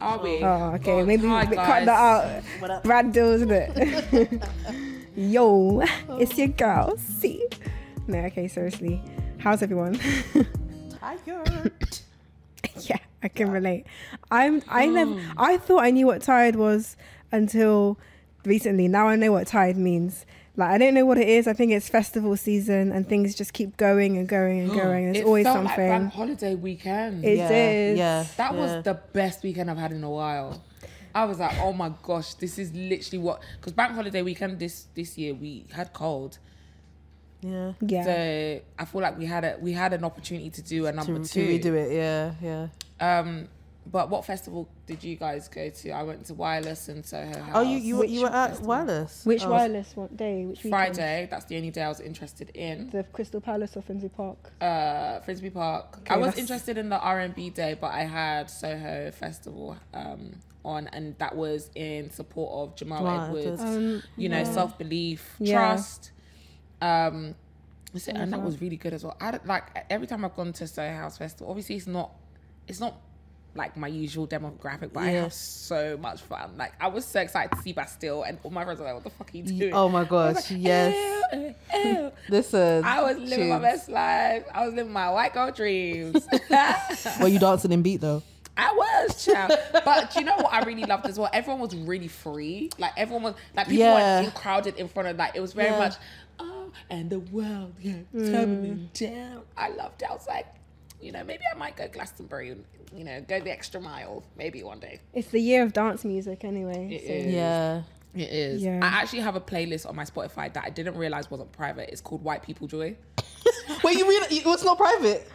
Are we? Oh, okay. Oh, Maybe hi, we guys. cut that out. What up? Brad deals with it. Yo, it's your girl. See. No, okay. Seriously, how's everyone? Tired. yeah, I can relate. I'm. I never. Hmm. I thought I knew what tired was until recently. Now I know what tired means. Like I don't know what it is. I think it's festival season and things just keep going and going and going. There's It always felt like something. bank holiday weekend. It yeah, is. Yeah. That yeah. was the best weekend I've had in a while. I was like, oh my gosh, this is literally what because bank holiday weekend this this year we had cold. yeah. yeah. So I feel like we had a we had an opportunity to do a To, number to two. redo it, yeah, yeah. Um, but what festival did you guys go to? I went to Wireless and Soho House. Oh, you you, were- you were Which at Wireless. Which oh, wireless one day? Which weekend? Friday. That's the only day I was interested in. The Crystal Palace or Finsbury Park. Uh, Frisbee Park. I was that's- interested in the R and B day, but I had Soho Festival um on, and that was in support of Jamal Jamal Edwards. Edwards. Um, you know, self belief, Yeah. trust. Um, that's it, and that was really good as well. I don't- like every time I've gone to Soho House Festival. Obviously, it's not, it's not like my usual demographic, but I Yeah. have so much fun. Like I was so excited to see Bastille, and all my friends were like, "What the fuck are you doing?" Oh my I was gosh, yes. "Ew, ew, ew." Listen. I was living my Tubes. best life. I was living my white girl dreams. Were you dancing in beat though? I was, child. but do you know what I really loved as well? Everyone was really free. Like everyone was like people Yeah. weren't in- crowded in front of like it was very Yeah. much oh and the world yeah Mm. tumbling down. I loved it. I was like, you know, maybe I might go Glastonbury and you know, go the extra mile maybe one day. It's the year of dance music, anyway. It so- is. Yeah. It is. Yeah. I actually have a playlist on my Spotify that I didn't realise wasn't private. It's called White People Joy. Wait, you really? you- It's not private.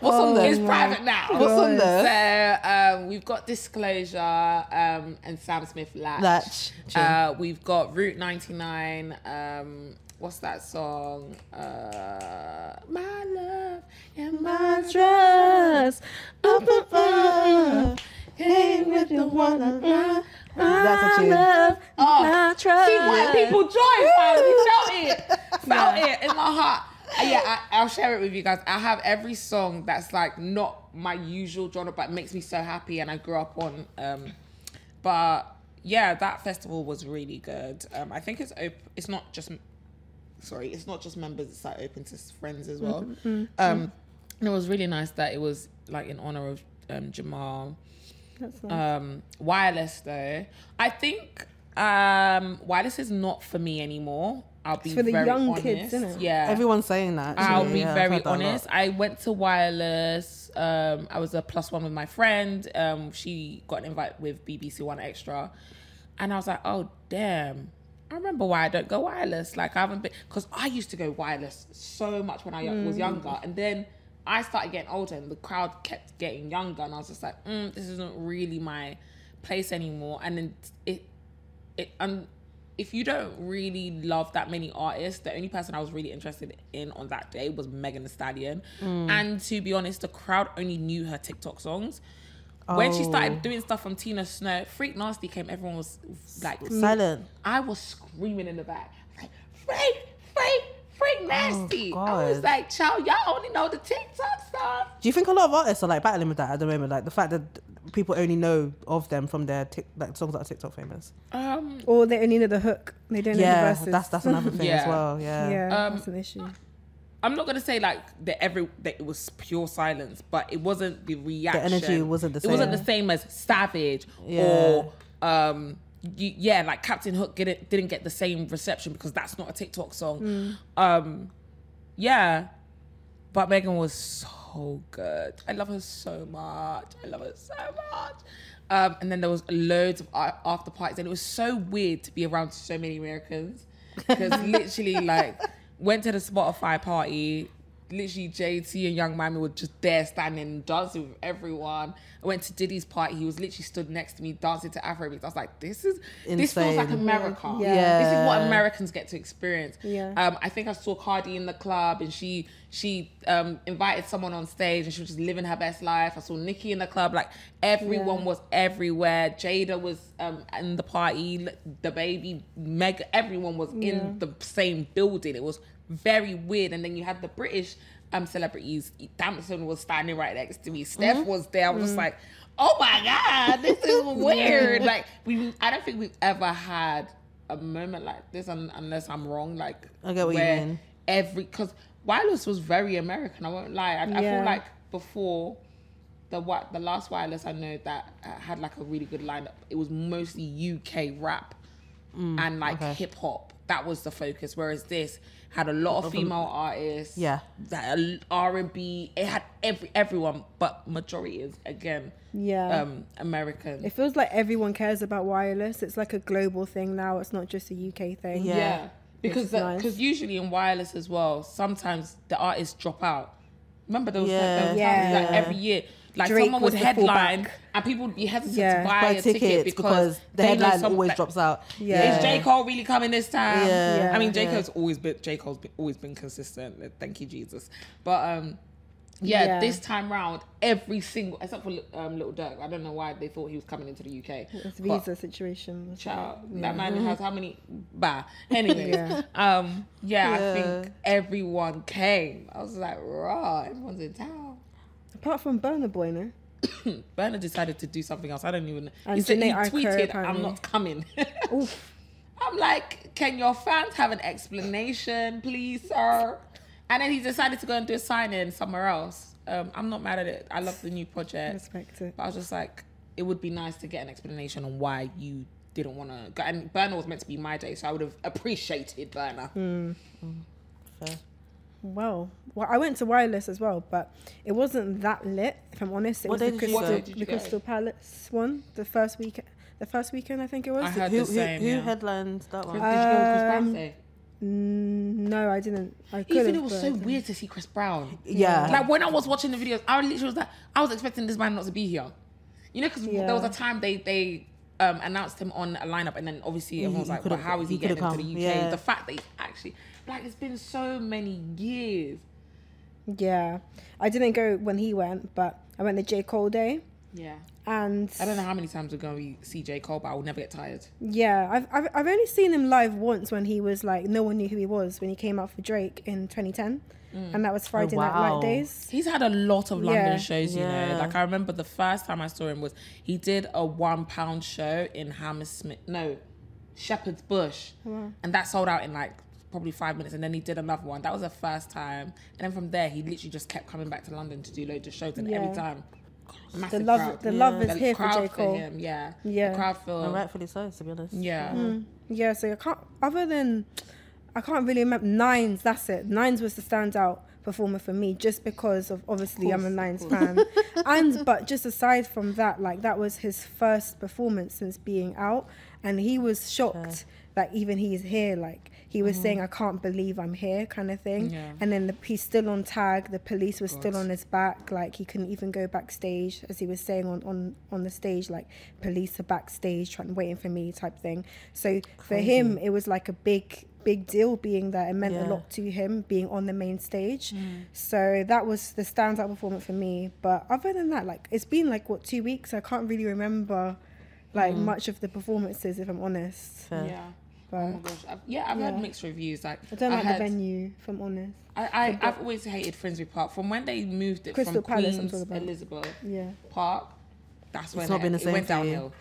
What's on there? Oh, It's private now. Oh, What's on there? So um, we've got Disclosure um, and Sam Smith Latch. Latch, true. Uh, we've got Route 99. Um, what's that song? Uh, my love and my dress up above. Came with the one I love. That's a tune. Oh, my trust. See, white people joy finally. Felt it. Felt it in my heart. Uh, Yeah, I, I'll share it with you guys. I have every song that's like not my usual genre, but makes me so happy and I grew up on. Um, but yeah, that festival was really good. Um, I think it's open. It's not just sorry, it's not just members, it's like open to s- friends as well. Mm-hmm, Um, and it was really nice that it was like in honor of um, Jamal. That's nice. Um, wireless though, I think um, wireless is not for me anymore. I'll be for the very young honest. kids, innit? Yeah, Everyone's saying that. I'll actually. be Yeah, I've very heard that a lot. honest. I went to Wireless. Um, I was a plus one with my friend. Um, she got an invite with BBC One Extra, and I was like, oh damn. I remember why I don't go wireless. Like I haven't been because I used to go wireless so much when I yo- Mm. was younger, and then I started getting older, and the crowd kept getting younger, and I was just like, mm, this isn't really my place anymore. And then it it um if you don't really love that many artists, the only person I was really interested in on that day was Megan Thee Stallion. Mm. And to be honest, the crowd only knew her TikTok songs. When she Oh. started doing stuff from Tina Snow, Freak Nasty came, everyone was like, Silent. I was screaming in the back, like, Freak, Freak, Freak Nasty. I was Oh, God. like, child, y'all only know the TikTok stuff. Do you think a lot of artists are like battling with that at the moment? Like the fact that people only know of them from their tic- like songs that are TikTok famous. Um, or they only know the hook. They don't know the yeah, verses. that's that's another thing as Yeah. well. Yeah. yeah, Um, that's an issue. I'm not gonna say like that every that it was pure silence, but it wasn't the reaction. energy wasn't the It wasn't same. the same as Savage Yeah. or um y yeah, like Captain Hook didn't didn't get the same reception because that's not a TikTok song. Mm. Um yeah. But Megan was so good. I love her so much. I love her so much. Um, and then there was loads of a- after parties, and it was so weird to be around so many Americans because literally, like, went to the Spotify party. Literally, JT and Young Miami were just there, standing, dancing with everyone. I went to Diddy's party. He was literally stood next to me, dancing to Afrobeats. I was like, "This is this feels like Insane. America. Yeah. This is what Yeah. Americans get to experience." Yeah. Um, I think I saw Cardi in the club, and she she um, invited someone on stage, and she was just living her best life. I saw Nicki in the club; like everyone Yeah. was everywhere. Jada was um, in the party, l- the baby, Meg. Everyone was in the same building. It was very weird. And then you had the British um, celebrities. Damson was standing right next to me. Steph was there. I was just like, oh my god, this is weird. Like we, I don't think we've ever had a moment like this, un, unless I'm wrong. Like I get what you where mean. Every because wireless was very American. I won't lie. I, I Yeah. feel like before the what the last wireless I know that uh, had like a really good lineup. It was mostly UK rap and like Mm, okay. hip hop. That was the focus. Whereas this had a lot of female artists. Yeah. that uh, R and B. It had every everyone, but majority is again Yeah. um American. It feels like everyone cares about wireless. It's like a global thing now. It's not just a UK thing. Yeah. yeah. Because It's because nice. usually in wireless as well, sometimes the artists drop out. Remember those Yeah. times Yeah. like every year, like Drake someone would was the headline fullback. and people would be hesitant Yeah. to buy, Buy a ticket, tickets because, because the they know headline some- always like, drops out. Yeah. Is J Cole really coming this time? Yeah. I mean, J Yeah. Cole's always been J Cole's been, always been consistent. Thank you, Jesus. But um, yeah, Yeah. this time round, every single except for um, Little Dirk, I don't know why they thought he was coming into the UK. It's But- visa situation. was child. That man has how many? Bah. Anyway, Yeah. um, yeah, I Yeah. think everyone came. I was like, raw, everyone's in town. it? Apart from Burner Boy, no? Bernard decided to do something else. I don't even. know. He And said he Sinead Aiko, tweeted, "I'm apparently. not coming." Oof. I'm like, can your fans have an explanation, please, sir? And then he decided to go and do a sign in somewhere else. Um, I'm not mad at it. I love the new project. Respect it. But I was just like, it would be nice to get an explanation on why you didn't want to go. And Burner was meant to be my day, so I would have appreciated Burner. Hmm. Fair. Well, well, I went to Wireless as well, but it wasn't that lit. If I'm honest, it was What day the did you Crystal, go? What day did you the go? Crystal Palace one, the first week, the first weekend I think it was. I had who the same. who, who yeah. headlines that one? Did you go with Chris Brown Um, today? Mm, no, I didn't. I could Even have, it was but so weird to see Chris Brown. yeah. Like when I was watching the videos, I literally was like, I was expecting this man not to be here. You know, because Yeah. there was a time they they um, announced him on a lineup, and then obviously everyone was he like, well, could've- how is he, he could've getting into the come. UK? Yeah. The fact that he actually, like, it's been so many years. Yeah, I didn't go when he went, but I went to J Cole day, Yeah. and I don't know how many times we're going to see J. Cole, but I will never get tired. yeah, I've, I've I've only seen him live once when he was like no one knew who he was when he came out for Drake in 2010, Mm. and that was Oh, Friday Night wow. Light days. He's had a lot of London Yeah. shows, you Yeah. know. Like I remember the first time I saw him was he did a one pound show in Hammersmith, no, Shepherd's Bush, and that sold out in like probably five minutes. And then he did another one. That was the first time. And then from there, he literally just kept coming back to London to do loads of shows, and Yeah. every time, massive The love, crowd. the love is The here for crowd J Cole. him, yeah, Yeah. Mm. the crowd for And rightfully so, to be honest. yeah. Yeah, so I can't. Other than, I can't really remember. Nines, that's it. Nines was the standout performer for me, just because of obviously I'm a course, of Nines fan, and but just aside from that, like that was his first performance since being out, and he was shocked that even he's here. Like he was saying, "I can't believe I'm here," kind of thing. Mm-hmm. Yeah. And then the, he's still on tag. The police was still on his back. Like he couldn't even go backstage, as he was saying on on on the stage. Like police are backstage, trying waiting for me, type thing. So for him, it was like a big big deal being there. It meant a Yeah. lot to him being on the main stage. So that was the standout performance for me. But other than that, like it's been like what two weeks. I can't really remember like much of the performances, if I'm honest. Fair. Yeah. But Oh my gosh. I've, yeah, I've Yeah. had mixed reviews. Like I don't like had, the venue, if I'm honest. I, I I've always hated Finsbury Park from when they moved it Crystal from Palace, I'm Queens talking about. Elizabeth Yeah. Park. That's when not it, been the it same went for you. downhill.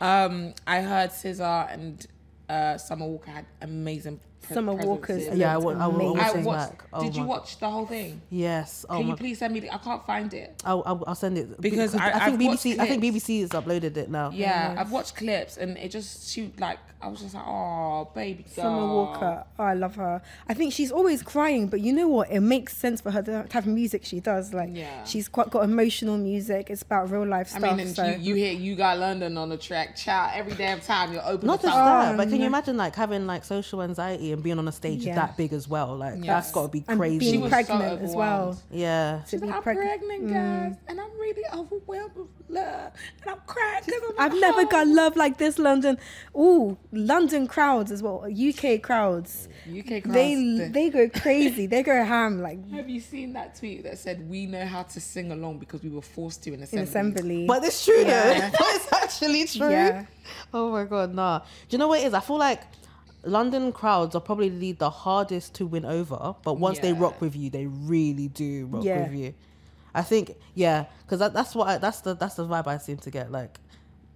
Um, I heard Scissor and uh, Summer Walker had amazing. pre- Summer Walker's presences. It Yeah, I looked will, I will amazing. always I sing watched. back. Oh did you my- watch the whole thing? Yes. Oh Can my you please send me? The, I can't find it. I'll, I'll, I'll send it Because I- I, think I've watched BBC. I think clips. BBC has uploaded it Oh, now. Yeah, I've watched clips and it just she like I was just like, oh baby girl. Summer Walker, oh, I love her. I think she's always crying, but you know what? It makes sense for her to have music she does. Like, Yeah. she's quite got emotional music. It's about real life I stuff. mean, and so you, you hear you got London on the track, child. Every damn time you're open. Not the just song. that, but can you imagine like having like social anxiety and being on a stage Yeah. that big as well? Like that's Yes. got to be and crazy. She being was so pregnant as well. overwhelmed. yeah. To be I'm pregnant. Mm. pregnant, guys, and I'm really overwhelmed with love, and I'm crying because I'm. I've at never home. got love like this, London. Ooh, London crowds as well. UK crowds. UK crowds. They they go crazy. they go ham. Like have you seen that tweet that said we know how to sing along because we were forced to in in assembly? assembly. But it's true Yeah. though. it's actually true. Yeah. Oh my god, nah. Do you know what it is? I feel like London crowds are probably the hardest to win over, but once they Yeah. rock with you, they really do rock Yeah. with you. I think yeah, because that, that's what I, that's the that's the vibe I seem to get. Like,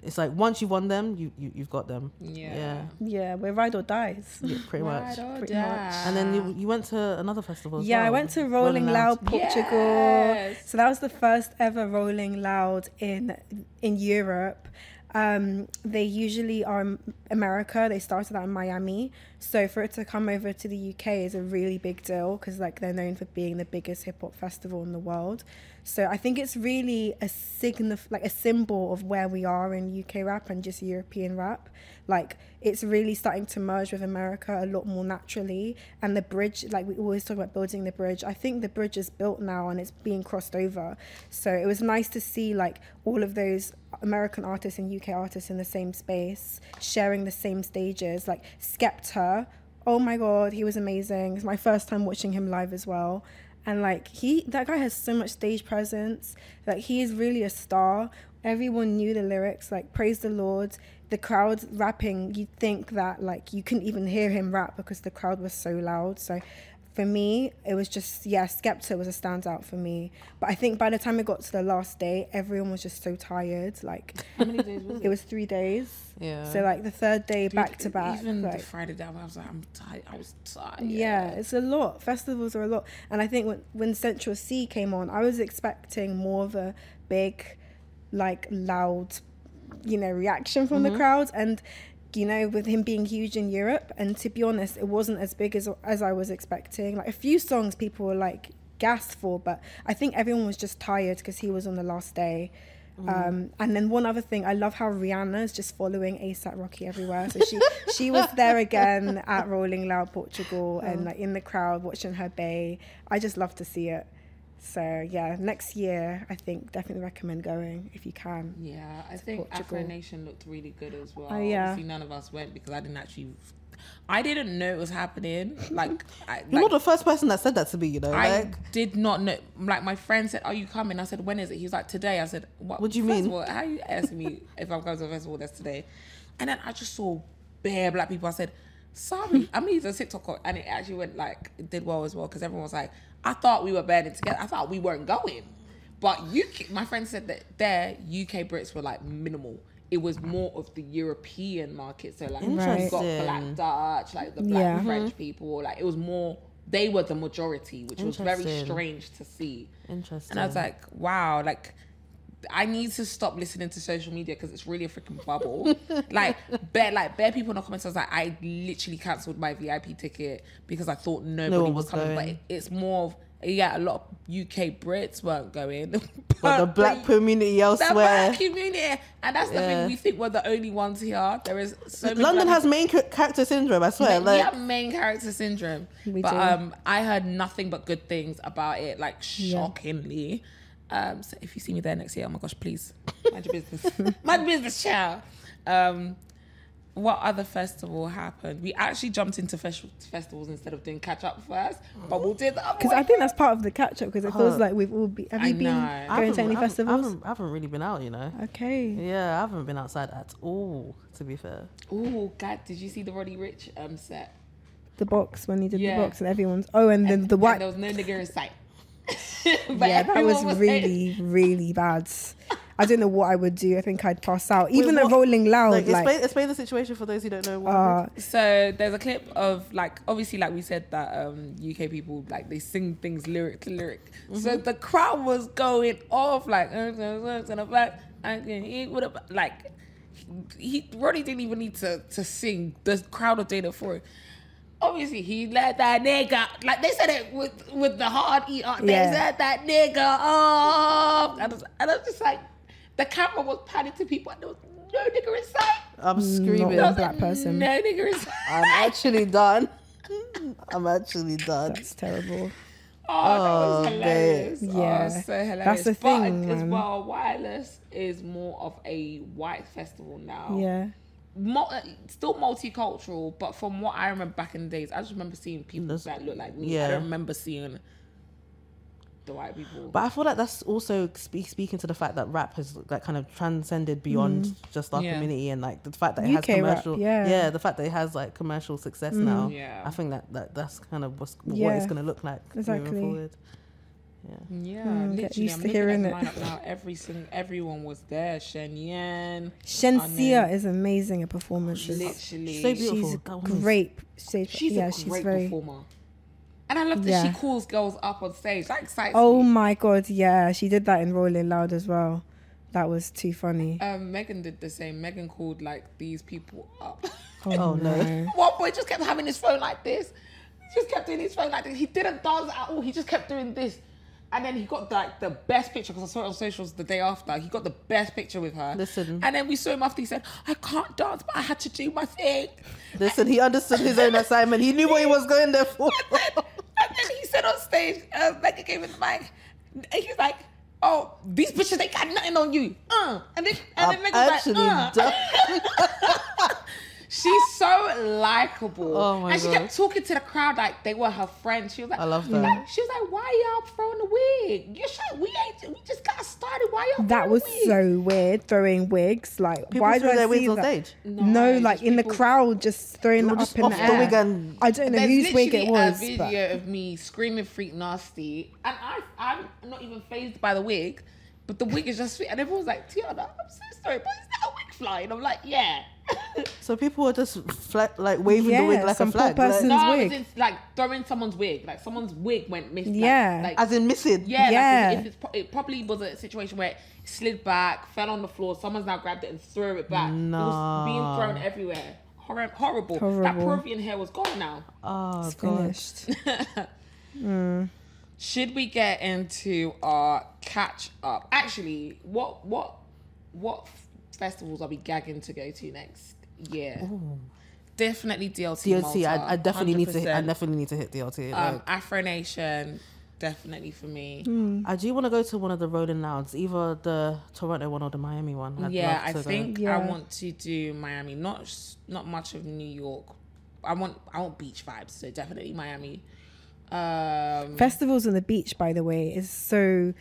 it's like once you won them, you, you you've got them. Yeah. yeah, Yeah, we're ride or dies. yeah, pretty much. Ride or Pretty much. die. And then you, you went to another festival. as Yeah, I well. went to Rolling, Loud, Portugal. Yes. So that was the first ever Rolling Loud in in Europe. Um, they usually are in America. They started out in Miami, so for it to come over to the UK is a really big deal because like they're known for being the biggest hip hop festival in the world. So I think it's really a signif- like a symbol of where we are in UK rap and just European rap. Like it's really starting to merge with America a lot more naturally. And the bridge, like we always talk about building the bridge. I think the bridge is built now and it's being crossed over. So it was nice to see like all of those American artists and UK artists in the same space, sharing the same stages. Like Skepta, oh my god, he was amazing. It's my first time watching him live as well. And like he, that guy has so much stage presence. Like he is really a star. Everyone knew the lyrics. Like praise the Lord. The crowd rapping. You'd think that like you couldn't even hear him rap because the crowd was so loud. So for me, it was just yeah, Skepta was a standout for me. But I think by the time it got to the last day, everyone was just so tired. Like How many days was it? it was three days. Yeah. So like the third day back to back. Even the like, Friday down, I was like, I'm tired. I was tired. yeah, it's a lot. Festivals are a lot, and I think when when Central C came on, I was expecting more of a big, like loud, you know, reaction from the crowd, and you know, with him being huge in Europe, and to be honest, it wasn't as big as as I was expecting. Like a few songs, people were like gassed for, but I think everyone was just tired because he was on the last day. Mm-hmm. Um, and then one other thing, I love how Rihanna's just following ASAP Rocky everywhere. So she she was there again at Rolling Loud Oh. Portugal and like in the crowd watching her bay. I just love to see it. So yeah, next year I think definitely recommend going if you can. Yeah, I think Afro Portugal. Nation looked really good as well. Oh, yeah. Obviously, none of us went because I didn't actually. I didn't know it was happening. Like, I, You're like, not the first person that said that to me. You know, I like did not know. Like, my friend said, "Are you coming?" I said, "When is it?" He was like, "Today." I said, "What? What do you first mean? Of all, how you asking me if I'm going to the festival? That's today." And then I just saw bare black people. I said, "Sorry, I mean, it's a TikTok," call." and it actually went like it did well as well because everyone was like, "I thought we were banding together. I thought we weren't going." But UK, my friend said that their UK Brits were like minimal. It was more of the European market. So like you got Interesting. Mm-hmm. black Dutch, like the black Yeah. French people. Like it was more. They were the majority, which was very Interesting. strange to see. interesting. And I was like, wow, like I need to stop listening to social media because it's really a freaking bubble. like bare like bare people in the comments. I was like, I literally cancelled my VIP ticket because I thought nobody one was, was coming. But going. it, it's more of yeah, a lot of UK Brits weren't going. But, but the black community the elsewhere. black community, and that's the Yeah. thing. We think we're the only ones here. There is so many London black has main ca- character syndrome. I swear. Ma- like we have main character syndrome. We but do. um I heard nothing but good things about it, like shockingly. Um so if you see me there next year, oh my gosh, please. Mind your business. Mind your business, child. Um what other festival happened? We actually jumped into fes- festivals instead of doing catch up first, but we'll do the other Because way. I think that's part of the catch up. Because it feels like we've all been. Have you I been know. I going to haven't- any I haven't- I festivals? haven't, I haven't really been out. You know. Okay. Yeah, I haven't been outside at all. To be fair. Oh God, did you see the Roddy Rich um set? The box when he did Yeah. the box and everyone's. Oh, and then the And white there was no nigger in sight. yeah, that was, everyone saying- really, really bad. I don't know what I would do. I think I'd pass out. Even a what- Rolling Loud, Like, Oh, like, explain, explain the situation for those who don't know. What uh, So there's a clip of like obviously like we said that um UK people like they sing things lyric to lyric. So the crowd was going off like "Uh, uh, uh, to the black, I can eat with a ba-" like he Roddy didn't even need to to sing. The crowd was doing it for him. Obviously he let that nigga like they said it with with the hard E R they Yeah. said that nigga off and I, was, and I was just like the camera was panning to people and there was no nigga in sight. I'm screaming. one I was black like, person. No nigger is. I'm actually done. I'm actually done. that's terrible. Oh, Oh, that was hilarious. babe. Yeah. Yeah. so That's hilarious. the but thing, as man. well, Wireless is more of a white festival Oh. now. Yeah, Mul- still multicultural, but from what I remember back in the days, I just remember seeing people That's- that look like me. I yeah. don't remember seeing the white people. But I feel like that's also speak, speaking to the fact that rap has like kind of transcended beyond just our Yeah. community and like the fact that it has UK Mm. rap, commercial, yeah. Mm. the fact that it has like commercial success now. Yeah. I think that, that that's kind of what's, what Yeah. it's gonna look like Exactly. moving forward. Yeah. Yeah, Mm, literally. get used I'm to looking hearing at it. the lineup now. Every sing, everyone was there. Shen Yan, Oh, Shensia is amazing at performances. literally. So beautiful. she's a That woman's- great stage. she's yeah, a great she's very. performer, and I love that Yeah. she calls girls up on stage. That excites Oh me. my god, yeah, she did that in Rolling Loud as well. That was too funny. Um, Megan did the same. Megan called like these people up. Oh, no. One boy just kept having his phone like this. He Just kept doing his phone like this. He didn't dance at all. He just kept doing this. And then he got like the best picture because I saw it on socials the day after. He got the best picture with her. Listen. And then we saw him after. He said, "I can't dance, but I had to do my thing." Listen, he understood his own assignment. He knew what he was going there for. And then, and then he said on stage, uh, Becca gave him the mic. And he's like, "Oh, these bitches, they got nothing on you." Uh. And then, and then I'm Megan's actually like, uh. done. She's so likable. Oh my and she God. kept talking to the crowd like they were her friends. She was like, I love that. that. she was like, why y'all throwing the wig? You should, we ain't we just got started. Why y'all That throwing was the wig? so weird throwing wigs. Like, People why threw do I their see wigs on that? stage? No, No, just like in the people- crowd, just throwing them They were up just in off the the air. wig and- I don't know There's whose wig it literally was. a but- video of me screaming freak nasty, and I, I'm not even phased by the wig, but the wig is just sweet. And everyone's like, Tiana, I'm so sorry, but is that a wig flying? I'm like, yeah. So people were just fla- like waving the wig Yeah, like some a poor flag, like- person- no, I was wig. in, like throwing someone's wig. Like someone's wig went missing. Yeah. Like, as in missing. Yeah, yeah. Yeah. Like if it's, pro- it probably was a situation where it slid back, fell on the floor. Someone's now grabbed it and threw it back. It was No. being thrown everywhere. Horri horrible. That Horrible. Peruvian hair was gone now. Oh god. Finished. Should we get into our catch up? Actually, what what what f- festivals are we gagging to go to next year? Definitely DLC. DLT. Malta, I, I definitely need to. Hit, I 100%. definitely need to hit DLT. um, like, Afro Nation, definitely for me. I do want to go to one of the Rolling Louds, either the Toronto one or the Miami one. I'd yeah, love I to go. think Yeah. I want to do Miami. Not s- not much of New York. I want I want beach vibes, so definitely Miami. Um, Festivals on the beach, by the way, is so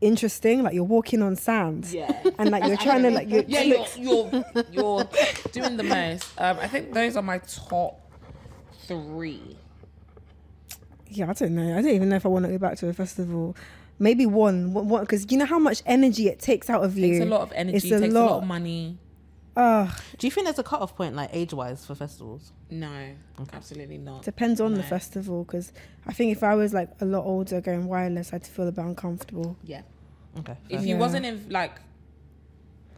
interesting. Like you're walking on sand. yeah. And like you're trying to like you're, yeah, you're, you're you're doing the most. Um, I think those are my top three. yeah, I don't know. I don't even know if I want to go back to a festival. Maybe one, one, because you know how much energy it takes out of you. Mm. It's a lot of energy. It's takes a lot of money. Ugh, Do you think there's a cutoff point, like age-wise, for festivals? No, absolutely not. depends on the No. festival, because I think if I was like a lot older going wireless, I'd feel a bit uncomfortable. Yeah. Okay. fair. If you Yeah. wasn't in like,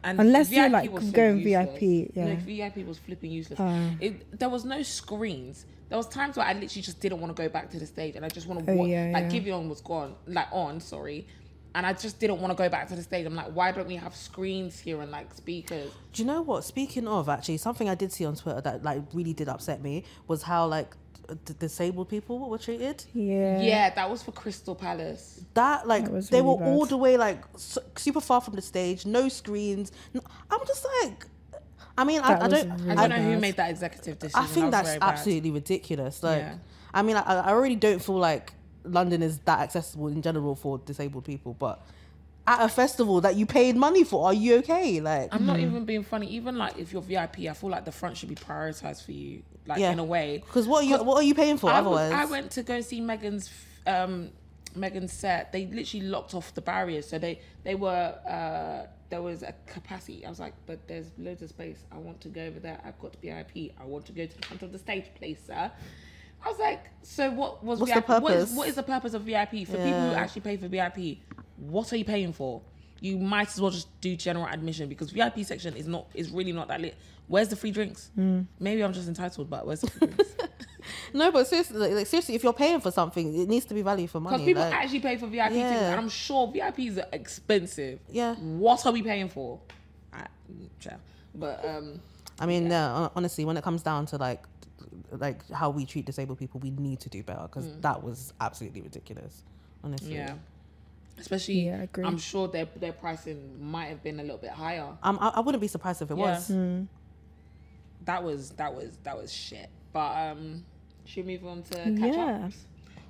and Unless you're, VIP like, was so going useless. VIP, yeah. No, VIP was flipping useless. Oh. It, there was no screens. There was times where I literally just didn't want to go back to the stage, and I just want to Oh, watch. yeah, like yeah. Giveon was gone, like on, sorry, and I just didn't want to go back to the stage. I'm like, why don't we have screens here and like speakers? Do you know what? Speaking of, actually, something I did see on Twitter that like really did upset me was how like d- disabled people were treated. Yeah. Yeah, that was for Crystal Palace. That like That was they really were all bad. the way like su- super far from the stage, no screens. N- I'm just like, I mean, I, That I was don't, really I don't know who made that executive decision. I think That was that's very bad. absolutely ridiculous. Like, Yeah. I mean, I, I already don't feel like London is that accessible in general for disabled people, but at a festival that you paid money for, are you okay? Like, I'm not even being funny. Even like if you're VIP, I feel like the front should be prioritized for you, like Yeah. in a way. because what are you what are you paying for I was- otherwise? I went to go see Megan's um, Megan's set. They literally locked off the barriers, so they they were uh, there was a capacity. I was like, but there's loads of space. I want to go over there. I've got to VIP. I want to go to the front of the stage, please, sir. I was like, so what was What's the VIP? What is, purpose? what is the purpose of VIP for people who Yeah. actually pay for VIP? What are you paying for? You might as well just do general admission because VIP section is not is really not that lit. Where's the free drinks? Hmm. Maybe I'm just entitled, but where's the free drinks? no, but seriously, like, like, seriously, if you're paying for something, it needs to be value for Because money. people like- actually pay for VIP tickets, Yeah. and I'm sure VIPs are expensive. Yeah. What are we paying for? I, child. but um, I mean, no, hon- honestly, when it comes down to like like how we treat disabled people, we need to do better because that was absolutely ridiculous. Honestly, Mm. yeah. Especially, Yeah, I agree. I'm sure their their pricing might have been a little bit higher. um, I, I wouldn't be surprised if it Yeah. was. That was that was that was shit. But um, should we move on to catch Yeah. up?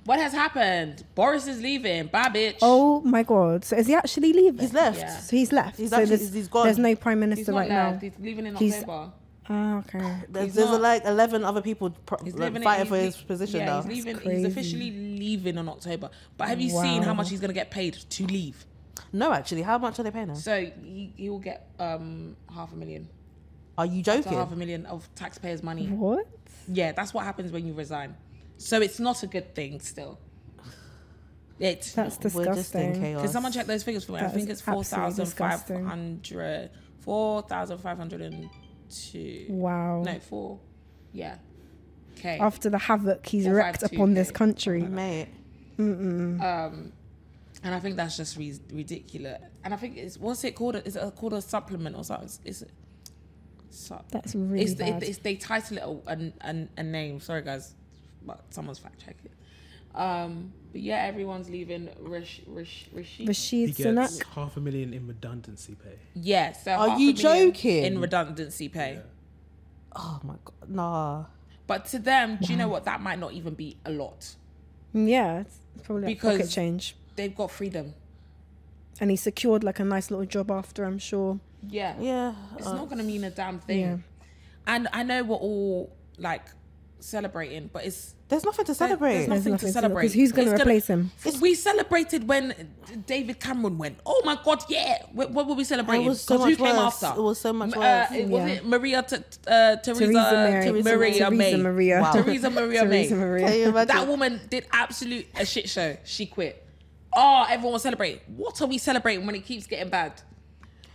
What has happened? Boris is leaving. Bye, bitch. Oh my god! So is he actually leaving? He's left. Yeah. So he's left. He's so actually- there's, he's gone. there's no prime minister he's not right left. now. He's leaving in He's- October. Oh, okay. There's, He's there's not- like 11 other people pro- He's like, leaving it- fighting he's for le- his position yeah, now. He's leaving. crazy. He's officially leaving in October. But have you seen how Wow. much he's going to get paid to leave? No, actually, how much are they paying him? So he, he will get um half a million. Are you So half joking? a million of taxpayers' money. What? Yeah, that's what happens when you resign. So it's not a good thing still. It's That's We're just in disgusting. chaos. Can someone check those figures for me? I That think is it's 4,500. absolutely 4,502. Wow. No, 4. Yeah. Okay. After the havoc he's Four, five, wreaked two, Uh-huh. upon this eight. country. Mate, Um, and I think that's just re- ridiculous. And I think it's, what's it called? Is it called a supplement or something? Is it? Sup- That's really it's, bad. it's they title it a, a, a name. Sorry guys, but someone's fact check it. Um, but yeah, everyone's leaving. Rish, Rish, Rishi. Rashid he gets Sunak. half a million in redundancy pay. yeah. So Are half a you million joking? In redundancy pay. Yeah. oh my god, nah. But to them, do you know what? That might not even be a lot. Mm, Yeah, it's probably like pocket Because- change. They've got freedom. And he secured like a nice little job after, I'm sure. Yeah. Yeah, It's uh, not going to mean a damn thing. Yeah. And I know we're all like celebrating, but it's there's nothing to there- celebrate. There's nothing, to celebrate. Because who's going It's to gonna- replace him? We celebrated when David Cameron went. Oh my God, yeah. What, what were we celebrating? It was so 'Cause who much came worse. after? It was so much M- Uh, worse. it- Was Yeah. it Maria T- uh, Teresa, Mary. Teresa Teresa- Maria May? Teresa Maria. Wow. Teresa Maria May. Theresa Maria. Can you imagine? That woman did absolute a shit show. She quit. Oh, everyone was celebrating. What are we celebrating when it keeps getting bad?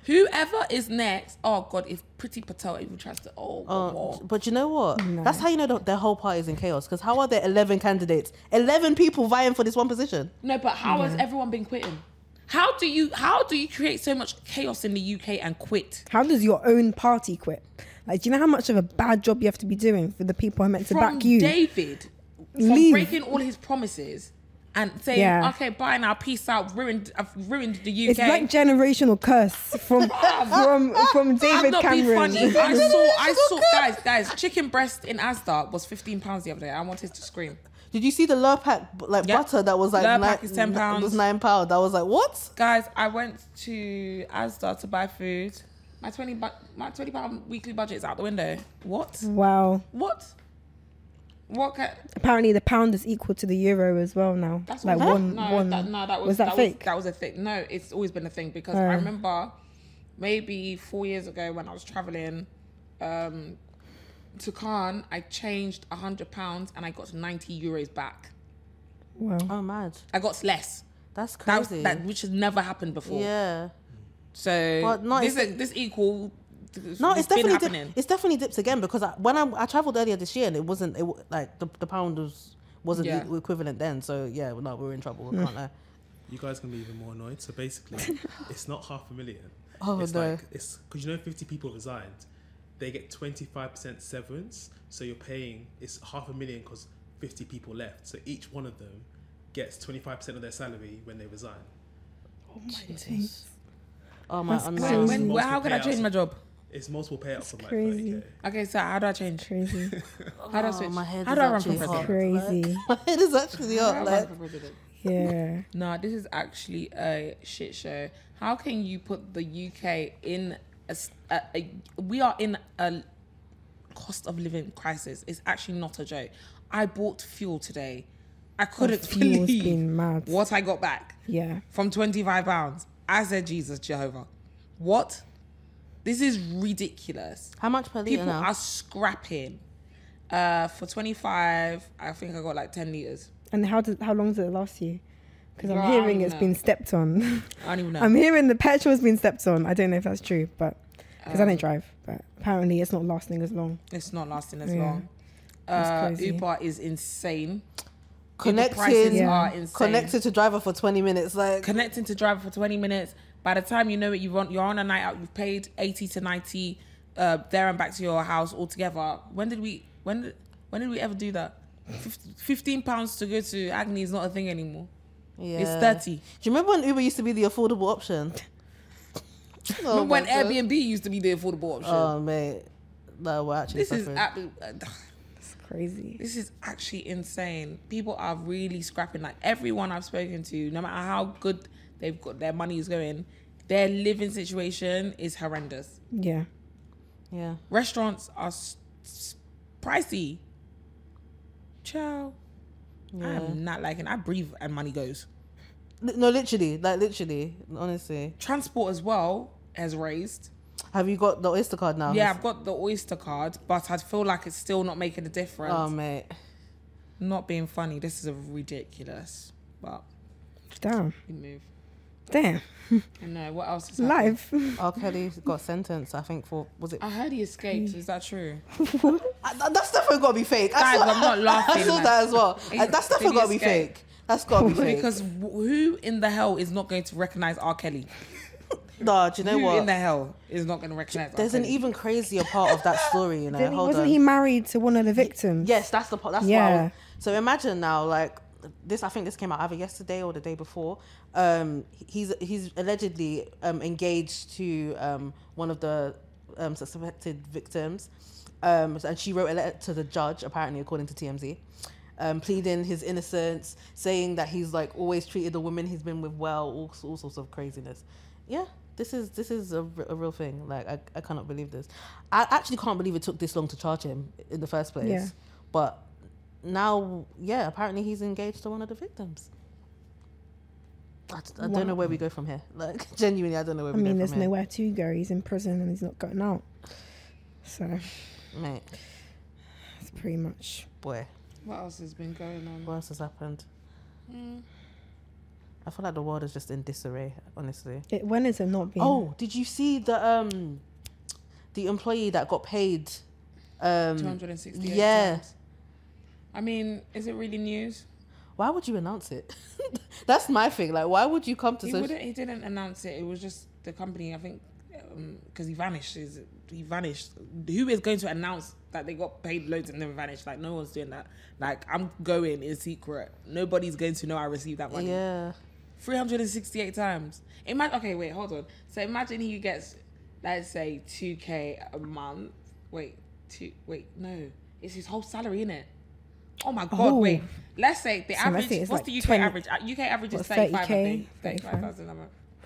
Whoever is next, oh God, if Pretty Patel even tries to, oh, God, Uh, oh. but you know what? That's how you know the, the whole party is in chaos. Because how are there eleven candidates, eleven people vying for this one position? no, but how Mm-hmm. has everyone been quitting? How do you how do you create so much chaos in the UK and quit? How does your own party quit? Like, do you know how much of a bad job you have to be doing for the people who are meant to from back you? David from Leave. breaking all his promises and saying, Yeah. "Okay, bye now, peace out." Ruined, I've ruined the UK. it's like generational curse from from from I'm David not being Cameron. funny. I saw, I saw, guys, guys, chicken breast in Asda was 15 pounds the other day. I wanted to scream, Did you see the Lurpak like Yeah. butter that was like Lurpak nine, is 10 n- pounds. Was nine pound. I was like, what? guys. I went to Asda to buy food. My 20, bu- my 20 pound weekly budget is out the window. What? Wow. What? What? Can- Apparently, the pound is equal to the euro as well now. That's like what- one no, one. That, no, that was, that, fake? Was, that was a thing. No, it's always been a thing because Oh. I remember maybe four years ago when I was traveling um, to Cannes, I changed a hundred pounds and I got ninety euros back. wow. Oh, mad. I got less. That's That was crazy. that, which has never happened before. yeah. So But no, this it's- is- this equal. No, it's been definitely happening. dip, it's definitely dipped again because I, when I, I traveled earlier this year and it wasn't it wa- like the, the pound was wasn't Yeah. the equivalent then. So yeah, no, we're in trouble. Hmm. I can't lie. You guys can be even more annoyed. So basically, it's not half a million. Oh, it's no. like it's because you know fifty people resigned, they get twenty five percent severance. So you're paying it's half a million because fifty people left. So each one of them gets twenty five percent of their salary when they resign. Oh my, That's I'm crazy. When, sorry. when, Multiple how can I change payouts. my job? It's multiple payouts from like thirty crazy. k. Okay, so how do I change? Crazy, How do I Oh, switch? my head how is do I run for actually hot. president? crazy. My head is How actually do I up. run Like, for president? yeah. No, this is actually a shit show. How can you put the UK in a, s- a- a- we are in a cost of living crisis. It's actually not a joke. I bought fuel today. I couldn't fuel's believe been mad. what I got back Yeah. from 25 pounds. I said, Jesus, Jehovah. What? This is ridiculous. how much per liter People now? are scrapping. Uh, for 25, I think I got like 10 liters. And how did how long did it last you? Because I'm Well, I hearing don't it's know. been stepped on. I don't even know. I'm hearing the petrol's been stepped on. I don't know if that's true, but because I don't Oh. drive, but apparently it's not lasting as long. It's not lasting as Yeah. long. That's Uh, crazy. Uber is insane. Uber prices connected, Yeah. are insane. connected to driver for 20 minutes. Like, Connecting to driver for 20 minutes. By the time you know it, you've on, you're on a night out. You've paid 80 to 90 uh, there and back to your house altogether. When did we? When did? When did we ever do that? Fif- 15 pounds to go to Agni is not a thing anymore. yeah. It's 30. Do you remember when Uber used to be the affordable option? oh, Remember when my God. Airbnb used to be the affordable option. Oh, mate. No, we're actually this is suffering. absolute. uh, It's crazy. This is actually insane. People are really scrapping. Like everyone I've spoken to, no matter how good they've got their money is going, their living situation is horrendous. Yeah. Yeah. Restaurants are s- s- pricey. Ciao. Yeah. I'm not liking. I breathe and money goes. Li- No, literally, like literally, honestly. Transport as well has raised. Have you got the Oyster card now? Yeah, I've got the Oyster card, but I feel like it's still not making a difference. Oh mate. not being funny. This is a ridiculous. But Damn. we move. Damn. I know. What else is happening? Life. R. Kelly got sentenced, I think, for was it I heard he escaped. Is that true? I- that- That's definitely gotta be fake. I Guys, saw- I'm not laughing, I saw like- that as well. Uh, That's Did definitely he gotta be escape? fake. That's gotta be fake. Because w- who in the hell is not going to recognize R. Kelly? nah, do you know who what? in the hell is not going to recognize? R. There's an Kelly? even crazier part of that story, you know. Didn't he- Hold wasn't on. he married to one of the victims? Yes, that's the part. That's what. I Yeah. was, so imagine now, like this. I think this came out either yesterday or the day before. Um, he's he's allegedly um, engaged to um, one of the um, suspected victims, um, and she wrote a letter to the judge, apparently according to TMZ. Um, pleading his innocence, saying that he's like always treated the women he's been with well, all, all sorts of craziness. Yeah, this is this is a, r- a real thing. Like I, I cannot believe this. I actually can't believe it took this long to charge him in the first place. Yeah. But now, yeah, apparently he's engaged to one of the victims. I, d- I don't know where we go from here. Like, genuinely, I don't know where I we mean, go there's from here. nowhere to go. He's in prison and he's not getting out. So Mate, that's pretty much. boy, What else has been going on? what else has happened? Mm. I feel like the world is just in disarray, honestly. It, when is it not being? Oh, did you see the um, the employee that got paid? Two Um, hundred and sixty-eight. yeah. times. I mean, is it really news? why would you announce it? That's my thing. Like, why would you come to He social? wouldn't. He didn't announce it. It was just the company. I think because he vanished. Is he vanished? Who is going to announce that they got paid loads and then vanished? Like no one's doing that. Like I'm going in secret. Nobody's going to know I received that money. Yeah. 368 times. Imagine. Okay, wait, hold on. So imagine he gets, let's say, 2k a month. Wait, two. Wait, no, it's his whole salary, in it. Oh my god! Oh. Wait, let's say the So let's average. say it's What's like the UK 20 average? Uh, UK average is what's 35. I 30K? think 35,000. I'm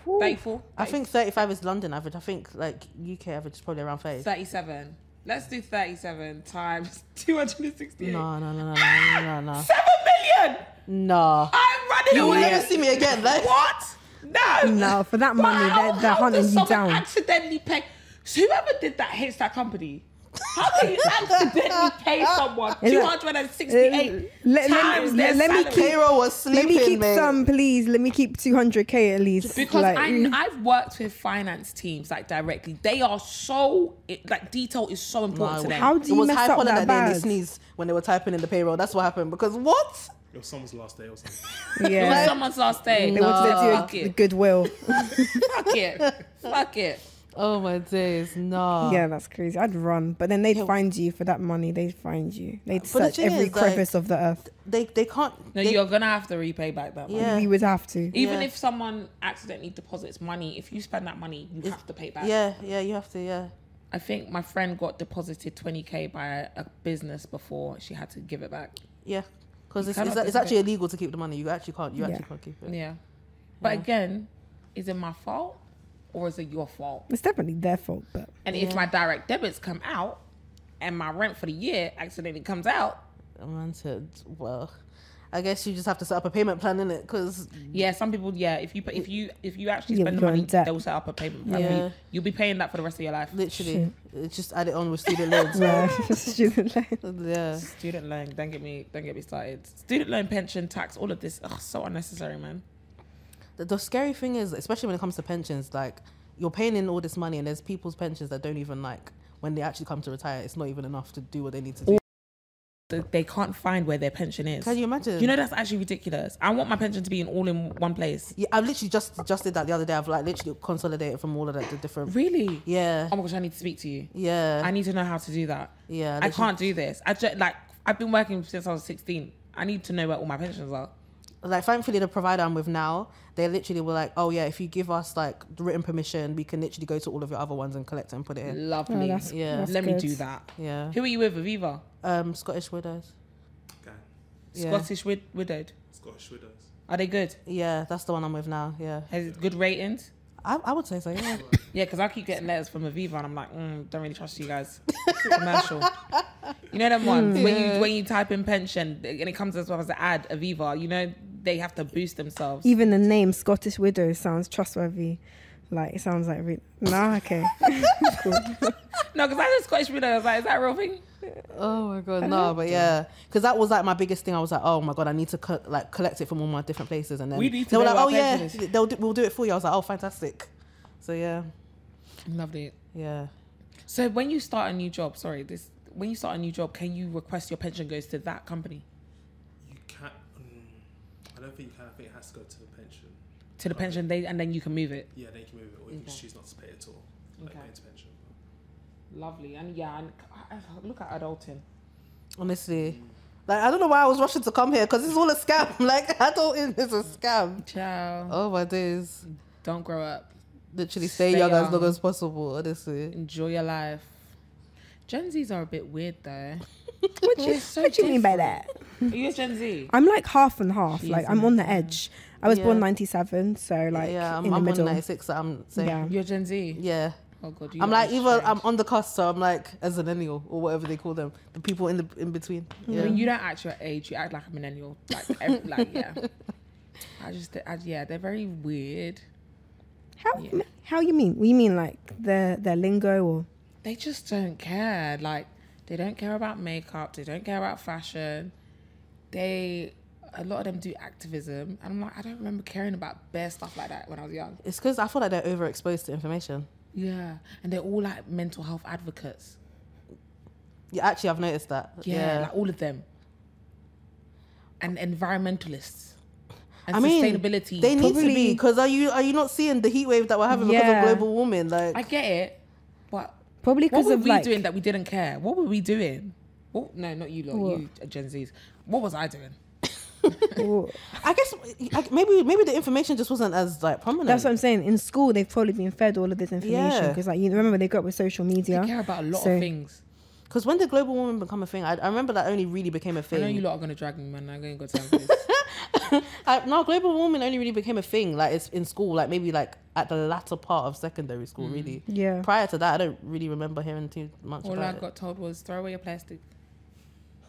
Whew. a- 34. I think 35 is London average. I think like UK average is probably around 30. 37. Let's do 37 times 268. No, no, no, no, no, no, no, no. 7 million. No. I'm running You will away. never see me again, like- what? No. No, for that But money, how- they're, they're how hunting does you someone down. Accidentally pay. So whoever did that hits that company. How can you accidentally pay someone Is two that- hundred and sixty-eight Let- let- times let- their let me salary? keep- Cairo was Let sleeping, me keep mate. some, please. Let me keep 200k at least. because Like, I, I've worked with finance teams like directly. They are so it- like detail is so important No, to them. How do it you was mess high up pollen that that day and they bad? sneezed when they were typing in the payroll. That's what happened. Because what? It was someone's last day or something. It was yeah, someone's last day. they wanted oh, Fuck to do a, the it. goodwill. Fuck it. Fuck it. Oh my days, no. yeah, that's crazy. I'd run, but then they'd find you for that money. They'd find you. They'd the search thing every is, like, crevice of the earth. They they can't. No, they- you're gonna have to repay back that money. Yeah. E- We would have to. Even Yeah. if someone accidentally deposits money, if you spend that money, you have to pay back. yeah, yeah, you have to, yeah. I think my friend got deposited 20k by a business before she had to give it back. Yeah. Because it's, it's, cannot it's actually illegal to keep the money. You actually can't. You actually Yeah. can't keep it. Yeah. But again, is it my fault or is it your fault? It's definitely their fault, but And if my direct debits come out and my rent for the year accidentally comes out, Romantic. Well, I guess you just have to set up a payment plan, innit? Because yeah, some people, yeah, if you if you if you actually Yeah, spend the you're in money, debt. they'll set up a payment plan. for Yeah. you. You'll be paying that for the rest of your life. literally, it's just add it on with student loans. yeah, it's student loan. yeah. Student loan, don't get me don't get me started. Student loan, pension, tax, all of this, ugh, so unnecessary, man. The, the scary thing is, especially when it comes to pensions, like you're paying in all this money, and there's people's pensions that don't even like when they actually come to retire, it's not even enough to do what they need to do. They- They can't find where their pension is. Can you imagine? You know that's actually ridiculous. I want my pension to be in all in one place. yeah, I literally just just did that the other day. I've like literally consolidated from all of that the different. Really? Yeah, Oh my gosh, I need to speak to you. yeah, I need to know how to do that. yeah. I literally- can't do this. I just like I've been working since I was sixteen. I need to know where all my pensions are. like thankfully the provider I'm with now, they literally were like, oh yeah, if you give us like written permission, we can literally go to all of your other ones and collect it and put it in. Lovely. Oh, that's, Yeah. that's Let me good. do that. Yeah. Who are you with, Aviva? Um, Scottish widows. Gang. Yeah. Scottish wid- widowed. Scottish widows. Are they good? Yeah, that's the one I'm with now. Yeah. Has it good ratings? I, I would say so. Yeah. Yeah, because I keep getting letters from Aviva, and I'm like, mm, don't really trust you guys. Commercial. You know them ones when you when you type in pension and it comes as well as an ad Aviva. You know they have to boost themselves. Even the name Scottish Widow sounds trustworthy. Like it sounds like re- nah, okay. Cool. No, because I just Scottish widow. I was like, is that a real thing? Oh my god, no, but yeah, because that was like my biggest thing. I was like, oh my god, I need to co- like collect it from all my different places, and then We need to they were know like, our oh yeah, pensioners. they'll do, we'll do it for you. I was like, oh fantastic. So yeah, Loved it. yeah. So when you start a new job, sorry, this when you start a new job, can you request your pension goes to that company You can't. mm, I don't think you can. I think it has to go to the pension. to the Okay. pension they and then you can move it? Yeah, they can move it, or you can just choose not to pay at all. Like Okay. pay into pension. Lovely and yeah, and look at adulting. Honestly, like I don't know why I was rushing to come here because it's all a scam. Like adulting is a scam. Ciao. Oh my days. Don't grow up. Literally stay, Stay young as young. long as possible. Honestly. Enjoy your life. Gen Zs are a bit weird though. What do you, so what do you mean by that? Are you a Gen Z? I'm like half and half. She like is, I'm isn't on the edge. I was born Yeah. '97, so like yeah, I'm, in the I'm middle. on 96, so I'm saying. Yeah. Yeah. You're Gen Z. Oh god. You I'm are like either strange. I'm on the cusp, so I'm like a millennial or whatever they call them, the people in the in between. I Yeah. mean, you don't act your age. You act like a millennial. Like, ev- like yeah. I just, I, yeah, they're very weird. How Yeah. how you mean? We mean like their their lingo or They just don't care. Like, they don't care about makeup. They don't care about fashion. They, a lot of them do activism, and I'm like, I don't remember caring about bare stuff like that when I was young. It's because I feel like they're overexposed to information. Yeah, and they're all like mental health advocates. Yeah, actually, I've noticed that. Yeah, Yeah, like all of them. And environmentalists. And I mean, sustainability. they need to be Probably- because are you are you not seeing the heat wave that we're having Yeah. because of global warming? Like, I get it, but probably what because were of we like doing that we didn't care? What were we doing? What, no, not you lot, What? you uh, Gen Zs. What was I doing? well, I guess I, maybe maybe the information just wasn't as like prominent. that's what I'm saying. In school, they've probably been fed all of this information Yeah. because like you remember they grew up with social media. I care about a lot So- of things. Because when did global warming become a thing? I, I remember that only really became a I know you thing. lot are gonna drag me, man. I ain't got time for this. I, no, global warming only really became a thing like it's in school, like maybe like at the latter part of secondary Mm. school, really. Yeah. Prior to that, I don't really remember hearing too much All I about got told was throw away your plastic.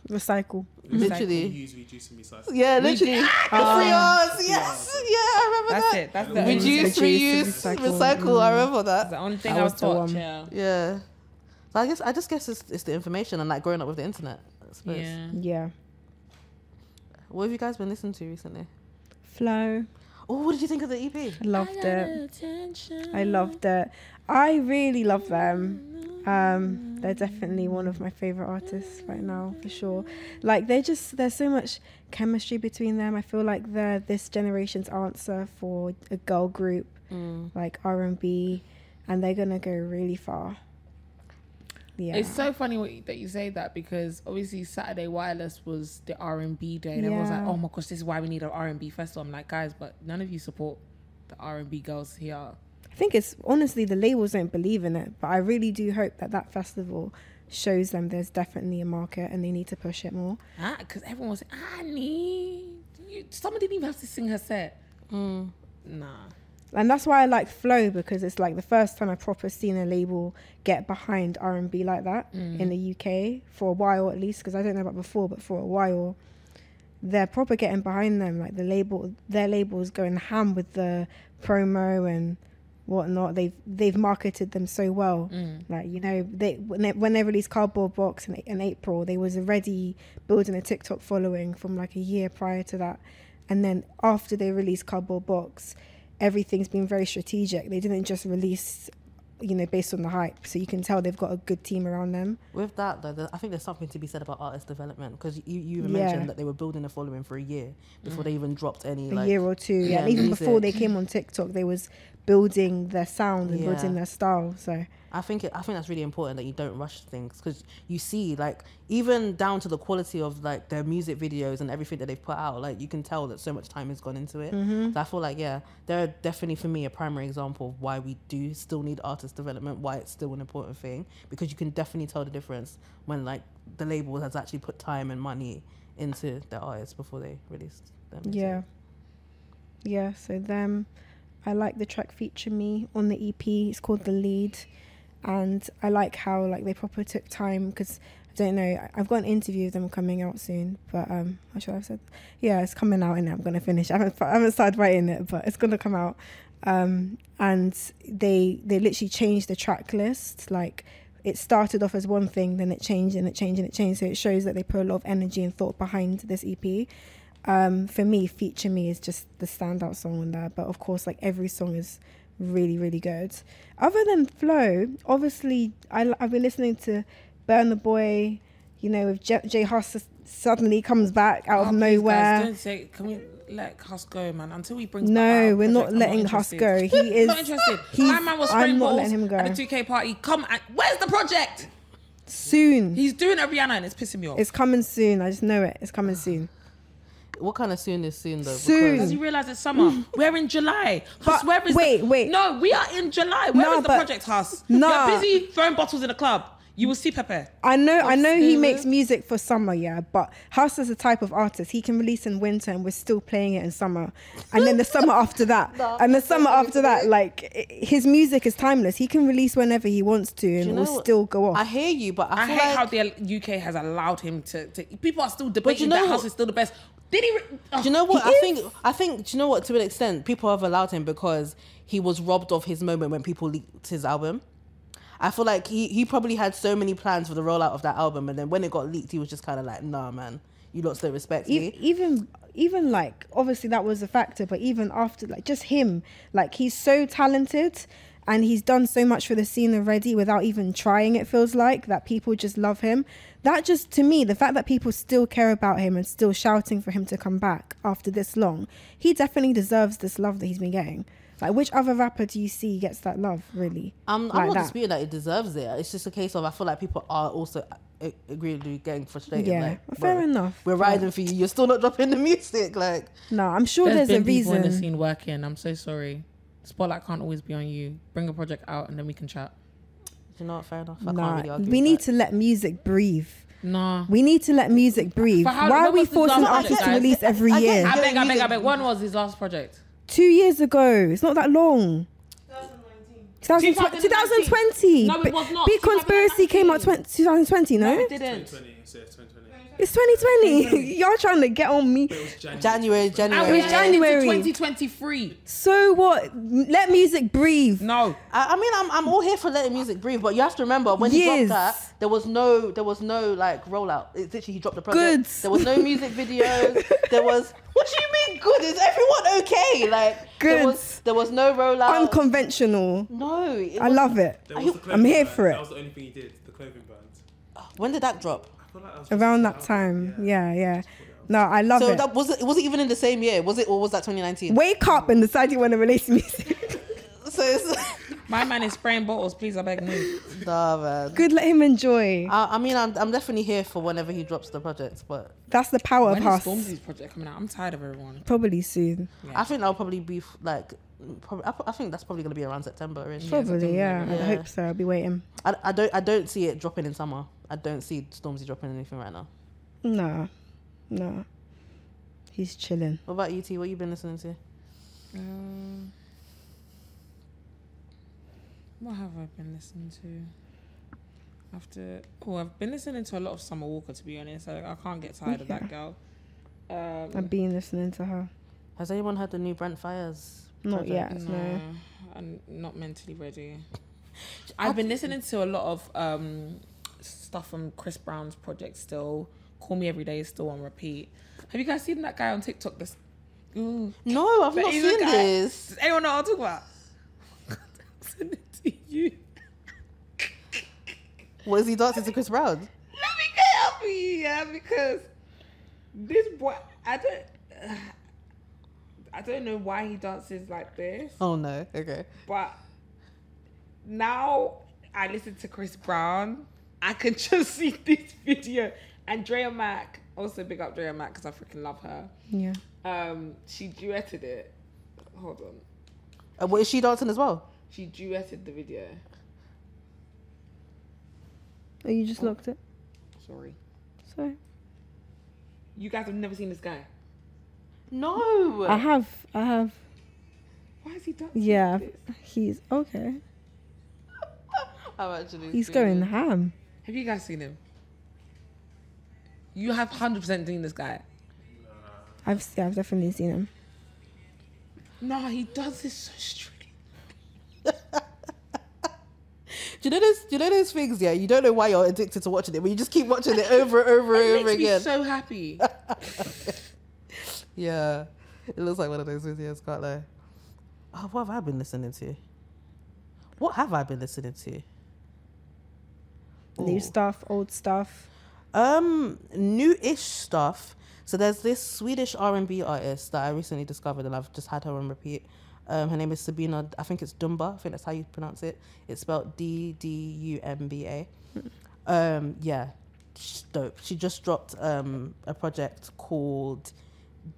Recycle. it. Literally. Use, reduce, and recycle. Yeah, We literally. did. The three R's. Yes. Yeah, I Ah. remember That's that. it. That's the only, Reduce, Reduce, reuse, recycle. recycle. I remember that's that. the only thing That I was was the taught. one. Yeah. Yeah. So I guess I just guess it's, it's the information and like growing up with the internet. I suppose. yeah. Yeah. What have you guys been listening to recently? Flow. Oh, what did you think of the EP? Loved it. I loved it. I really love them. Um, they're definitely one of my favorite artists right now, for sure. Like they just there's so much chemistry between them. I feel like they're this generation's answer for a girl group like R and B, and they're gonna go really far. Yeah, It's so funny what you, that you say that because obviously Saturday Wireless was the R and B day, and everyone's like, Yeah. "Oh my gosh, this is why we need an R and B festival." I'm like, guys, but none of you support the R and B girls here. I think it's honestly the labels don't believe in it, but I really do hope that that festival shows them there's definitely a market and they need to push it more. because Ah, everyone was I need you. Someone didn't even have to sing her set. Mm. Nah. and that's why I like Flow because it's like the first time I proper seen a label get behind R and B like that in the UK for a while at least because I don't know about before but for a while they're proper getting behind them like the label their labels going ham with the promo and whatnot they've they've marketed them so well Mm. like you know they when they, when they released cardboard box in, in April they was already building a TikTok following from like a year prior to that and then after they released cardboard box everything's been very strategic. They didn't just release, you know, based on the hype. So you can tell they've got a good team around them. With that, though, there- I think there's something to be said about artist development because you, you even Yeah. mentioned that they were building a following for a year before they even dropped any. A like, year or two, yeah. yeah, and even before they music. came on TikTok, they was building their sound and Yeah. building their style. So I think it, I think that's really important that you don't rush things because you see, like, even down to the quality of like their music videos and everything that they've put out, like you can tell that so much time has gone into it. Mm-hmm. So I feel like yeah, they're definitely for me a primary example of why we do still need artist development, why it's still an important thing because you can definitely tell the difference when like the label has actually put time and money into their artists before they released them. yeah, yeah. So them, I like the track Feature Me on the EP. It's called The Lead. And I like how like they proper took time because I don't know. I- I've got an interview of them coming out soon, but um, I should have said, yeah, it's coming out and I'm gonna finish. I haven't, I haven't started writing it, but it's gonna come out. Um, and they they literally changed the track list. Like it started off as one thing, then it changed and it changed and it changed. So it shows that they put a lot of energy and thought behind this EP um, for me, Feature Me is just the standout song on there. But of course, like every song is really, really good. Other than Flow, obviously, I, l- I've been listening to Burn the Boy, you know, with J, J Huss s- suddenly comes back out Oh, of please, nowhere. Guys, don't say, can we let Huss go, man? Until we bring. no, we're not letting Huss Huss go. He is. not interested. he's- My man was I'm spraying not balls letting him go. at the 2K party. Come, and, where's the project? Soon. He's doing a Rihanna and it's pissing me off. it's coming soon. I just know it. It's coming soon. What kind of soon is soon though? Soon. Because- Does he realize it's summer? We're in July. Huss, But where is wait, the, wait. No, we are in July. Where is No, the but- project, Huss? Nah. You're busy throwing bottles in the club. You will see Pepe. I know, I know he Excuse makes me? music for summer, yeah. But House is a type of artist. He can release in winter, and we're still playing it in summer, and then the summer after that, No, and the that's summer not what after it that. is. Like i- his music is timeless. He can release whenever he wants to, and Do it you will know what? still go off. I hear you, but I, I feel hate like how the UK has allowed him to. to people are still debating know that what? Huss is still the best. Did he? Re- Ugh. Do you know what? He I think I think do you know what? To an extent, people have allowed him because he was robbed of his moment when people leaked his album. I feel like he, he probably had so many plans for the rollout of that album, and then when it got leaked, he was just kind of like, "Nah, man, you lot don't respect E- me." even even like obviously that was a factor but even after like just him like he's so talented and he's done so much for the scene already without even trying it feels like that people just love him that just to me the fact that people still care about him and still shouting for him to come back after this long he definitely deserves this love that he's been getting like which other rapper do you see gets that love really I'm, like I'm not that. disputing that it deserves it. It's just a case of I feel like people are also uh, a- agreeably getting frustrated. Yeah, like, fair bro, enough. We're riding for you. You're still not dropping the music. Like, no i'm sure There's there's, been a people in the reason scene working. I'm so sorry. Spotlight can't always be on you. Bring a project out and then we can chat. you know what? Fair enough. I can't nah, really argue. we with need that. to let music breathe Nah. We need to let music breathe. For how- Why are when we was the forcing last artists to project? release every I get- year? I I Yeah, beg, I you beg, I did. beg. When was his last project? Two years ago. It's not that long. 2019. 2020. No, it But was not. Big Conspiracy came out 20, 2020, no? It didn't. 2020, so it's 2020. it's 2020. Y'all trying to get on me. It was January, January. And we January. was went January. into 2023. So what? Let music breathe. No. I, I mean, I'm, I'm all here for letting music breathe, but you have to remember when he Yes. dropped that, there was no there was no like rollout. It's literally he dropped the project. Goods. There was no music videos. there was what do you mean good? Is everyone okay? Like There Goods. was, there was no rollout. Unconventional. no, it I was- love it. There was the I'm here clothing for band. it. That was the only thing he did, the clothing band. When did that drop? I feel like was just Around the that album, time. Yeah, yeah. No, I love So it. that was it. Was it even in the same year? Was it or was that 2019? Wake up and decide you want to release music. So it's My man is spraying bottles. Please, I beg, move. nah, man. Good, let him enjoy. I, I mean, I'm, I'm definitely here for whenever he drops the project, but That's the power When of is us. Stormzy's project coming out? I'm tired of everyone. Probably soon. I think that'll probably be f- like, probably, I, I think that's probably gonna be around September. Really. Probably, yeah. I Yeah. hope so. I'll be waiting. I, I don't I don't see it dropping in summer. I don't see Stormzy dropping anything right now. Nah, nah. He's chilling. What about you, T? What you been listening to? Um, what have I been listening to? After oh, I've been listening to a lot of Summer Walker to be honest. I, I can't get tired of that girl. I've Um, been listening to her. Has anyone heard the new Brent Fires? Not project? yet. no, No. I'm not mentally ready. I've been listening to a lot of um, stuff from Chris Brown's project still. Call Me Every Day is still on repeat. Have you guys seen that guy on TikTok? This, ooh, No, I've But not he's seen a guy- this. Does anyone know what I'm talking about? I'll send it to you. What is he dancing to Chris Brown? Let me get up here because this boy, I don't, I don't know why he dances like this, Oh no. Okay. but now I listen to Chris Brown, I can just see this video and Drea Mac. Also, big up Drea Mac because I freaking love her. Yeah. Um, she duetted it. Hold on, Uh, what is she dancing as well? she duetted the video. Oh, you just locked it. Sorry, Sorry. you guys have never seen this guy. No. I have. I have. Why is he dancing? Yeah, like this? he's okay. I'm actually. He's feeling going ham. Have you guys seen him? You have hundred percent seen this guy. I've s- yeah, I've definitely seen him. No, he does this so strange. it. Do you know those? Do you know those things? Yeah, you don't know why you're addicted to watching it, but you just keep watching it over and over It and over makes me again. so happy. yeah, it looks like one of those videos, can't they? Oh, what have I been listening to? What have I been listening to? New Ooh. stuff, old stuff. Um, new-ish stuff. So there's this Swedish R and B artist that I recently discovered, and I've just had her on repeat. Um, her name is Sabina. I think it's Dumba. I think that's how you pronounce it. It's spelled D D U M B A. Um, yeah, she's dope. She just dropped um a project called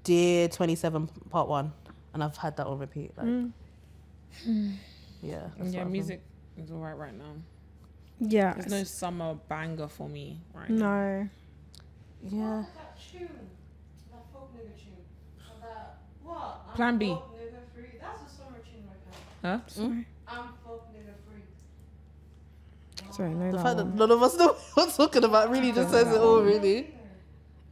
Dear Twenty Seven Part One, and I've had that on repeat. Like, yeah, that's yeah, what I've been- music is alright right now. Yeah. There's no summer banger for me right now. No. Yeah, That tune, that folk nigga tune. of That, what? I'm Plan B. folk nigga free. That's a summer tune right now. Huh? I'm folk nigga free. Sorry, no. the that one. fact that none of us know what we're talking about really just says it all, really.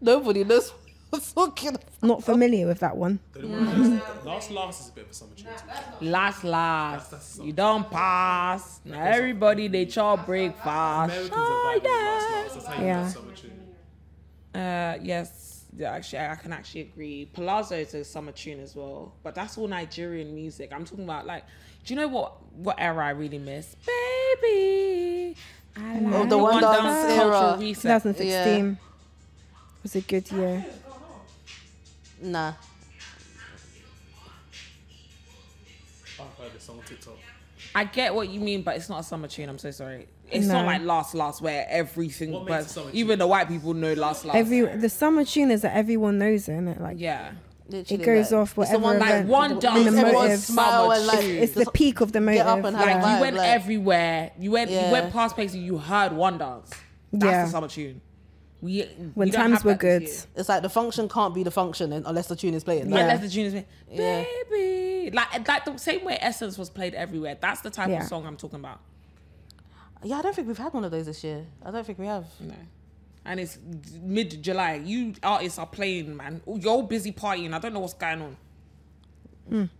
Nobody knows what I'm talking about. Not familiar with that one. The only one I- Last last is a bit of a summer tune. Last, last. That's- that's you don't pass. Now everybody, they chaw breakfast. Americans are vibing with last last. That's how you Yeah. know it's summer tune. Uh, yes. Yeah, actually, I I can actually agree. Palazzo is a summer tune as well, but that's all Nigerian music. I'm talking about like, do you know what what era I really miss? Baby, I like Oh, the one dance era. cultural reset. 2016 was a good year. Nah. I've heard this song on TikTok. I get what you mean, but it's not a summer tune. I'm so sorry. It's No. not like Last Last where everything, What makes a but summer tune? even the white people know Last Last. Every the summer tune is that everyone knows it, and it like yeah, Literally, goes off it's the one whatever like event. one dance, the everyone motive. smile and like. It's- it's the Just peak of the motive. get up and have Like yeah. vibe, you went like- everywhere. You went Yeah. you went past places. You heard one dance. That's Yeah. the summer tune. We when we don't times have were that this good. year. it's like the function can't be the function un- unless the tune is playing. Like, Unless the tune is playing, Yeah. baby, like like the same way Essence was played everywhere. That's the type Yeah. of song I'm talking about. yeah, I don't think we've had one of those this year. I don't think we have. No. And it's mid July. You artists are playing, man. You're all busy partying. I don't know what's going on. Mm.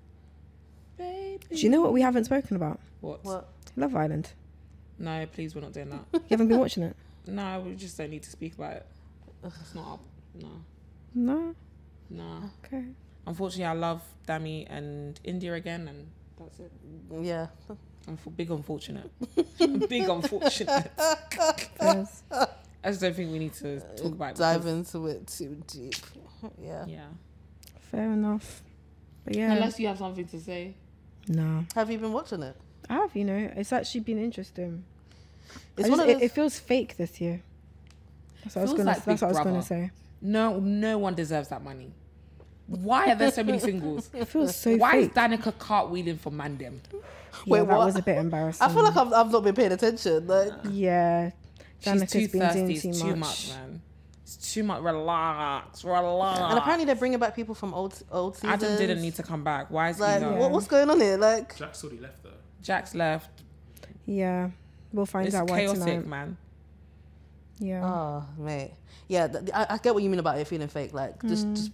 Baby. Do you know what we haven't spoken about? What? What? Love Island. No, please, we're not doing that. You haven't been watching it? no, we just don't need to speak about it. It's not up. No. No. No. Okay. Unfortunately, I love Dami and India again, and that's it. Yeah. I'm f- big unfortunate. big unfortunate. There's- I just don't think we need to talk about it. Dive into it too deep. Yeah. because- Yeah. fair enough. But yeah. Unless you have something to say. no. Have you been watching it? I have, you know, it's actually been interesting. I It's just- one of it, those, it feels fake this year. That's what I was Feels gonna. like that's Big what I was gonna Brother. say. No, no one deserves that money. Why are there so many singles? It feels so Why is fake. Danica cartwheeling for Mandem? Yeah, Wait, that what? was a bit embarrassing. I feel like I've, I've not been paying attention. Like, yeah, She's Danica's too been doing thirsty. It's too much, man. It's too much. Relax, relax. and apparently they're bringing back people from old old seasons. Adam didn't need to come back. Why is Like, he not? what, what's going on here? Like, Jack's already left though. Jack's left. Yeah, we'll find It's out why chaotic, tonight. man. Yeah, oh mate, yeah. Th- th- I, I get what you mean about it feeling fake. Like, just just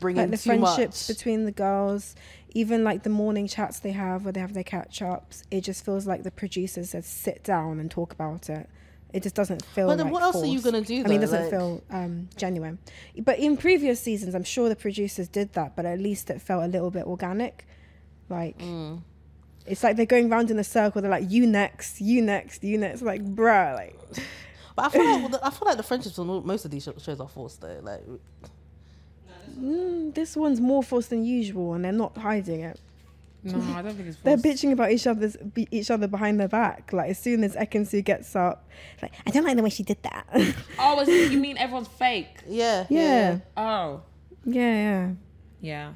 bringing Mm. like the too friendships much. between the girls, even like the morning chats they have where they have their catch ups. It just feels like the producers said sit down and talk about it. It just doesn't feel. But then like what else are you forced. gonna do, I mean, it though? doesn't Like- feel um, genuine. But in previous seasons, I'm sure the producers did that, but at least it felt a little bit organic. Like Mm. it's like they're going round in a circle. They're like, "You next, you next, you next." Like, bruh, like But I feel like the, I feel like the friendships on all- most of these sho- shows are forced though. Like mm, this one's more forced than usual, and they're not hiding it. No, I don't think it's. They're forced. bitching about each other's be, each other behind their back. Like as soon as Ekansu gets up, like I don't like the way she did that. yeah, Oh, is it, you mean everyone's fake? yeah, yeah, Oh, yeah. yeah.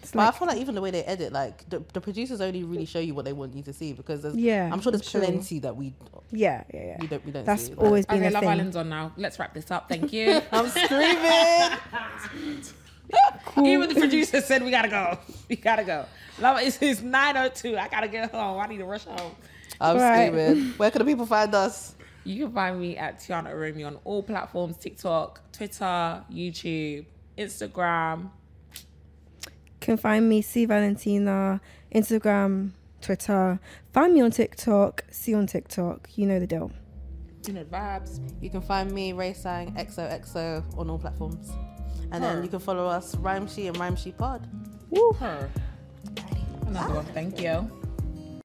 It's But like I feel like even the way they edit, like the, the producers only really show you what they want you to see because there's, Yeah, I'm sure there's I'm sure. plenty that we yeah, yeah, yeah. we don't we don't That's see. like- always been Okay, a Love thing. Island's on now. Let's wrap this up. Thank you. I'm screaming. cool. Even the producer said we gotta go. We gotta go. Love it's, it's nine oh two. I gotta get home. I need to rush home. I'm Right. screaming. Where can the people find us? You can find me at Tiana Orumi on all platforms: TikTok, Twitter, YouTube, Instagram. can find me C Valentina, Instagram, Twitter. Find me on TikTok. See you on TikTok. You know the deal. You know the vibes. You can find me, Ray Sang, XOXO, on all platforms. And then you can follow us, Rhyme She and Rhyme She Pod. Her. Another one. Thank you.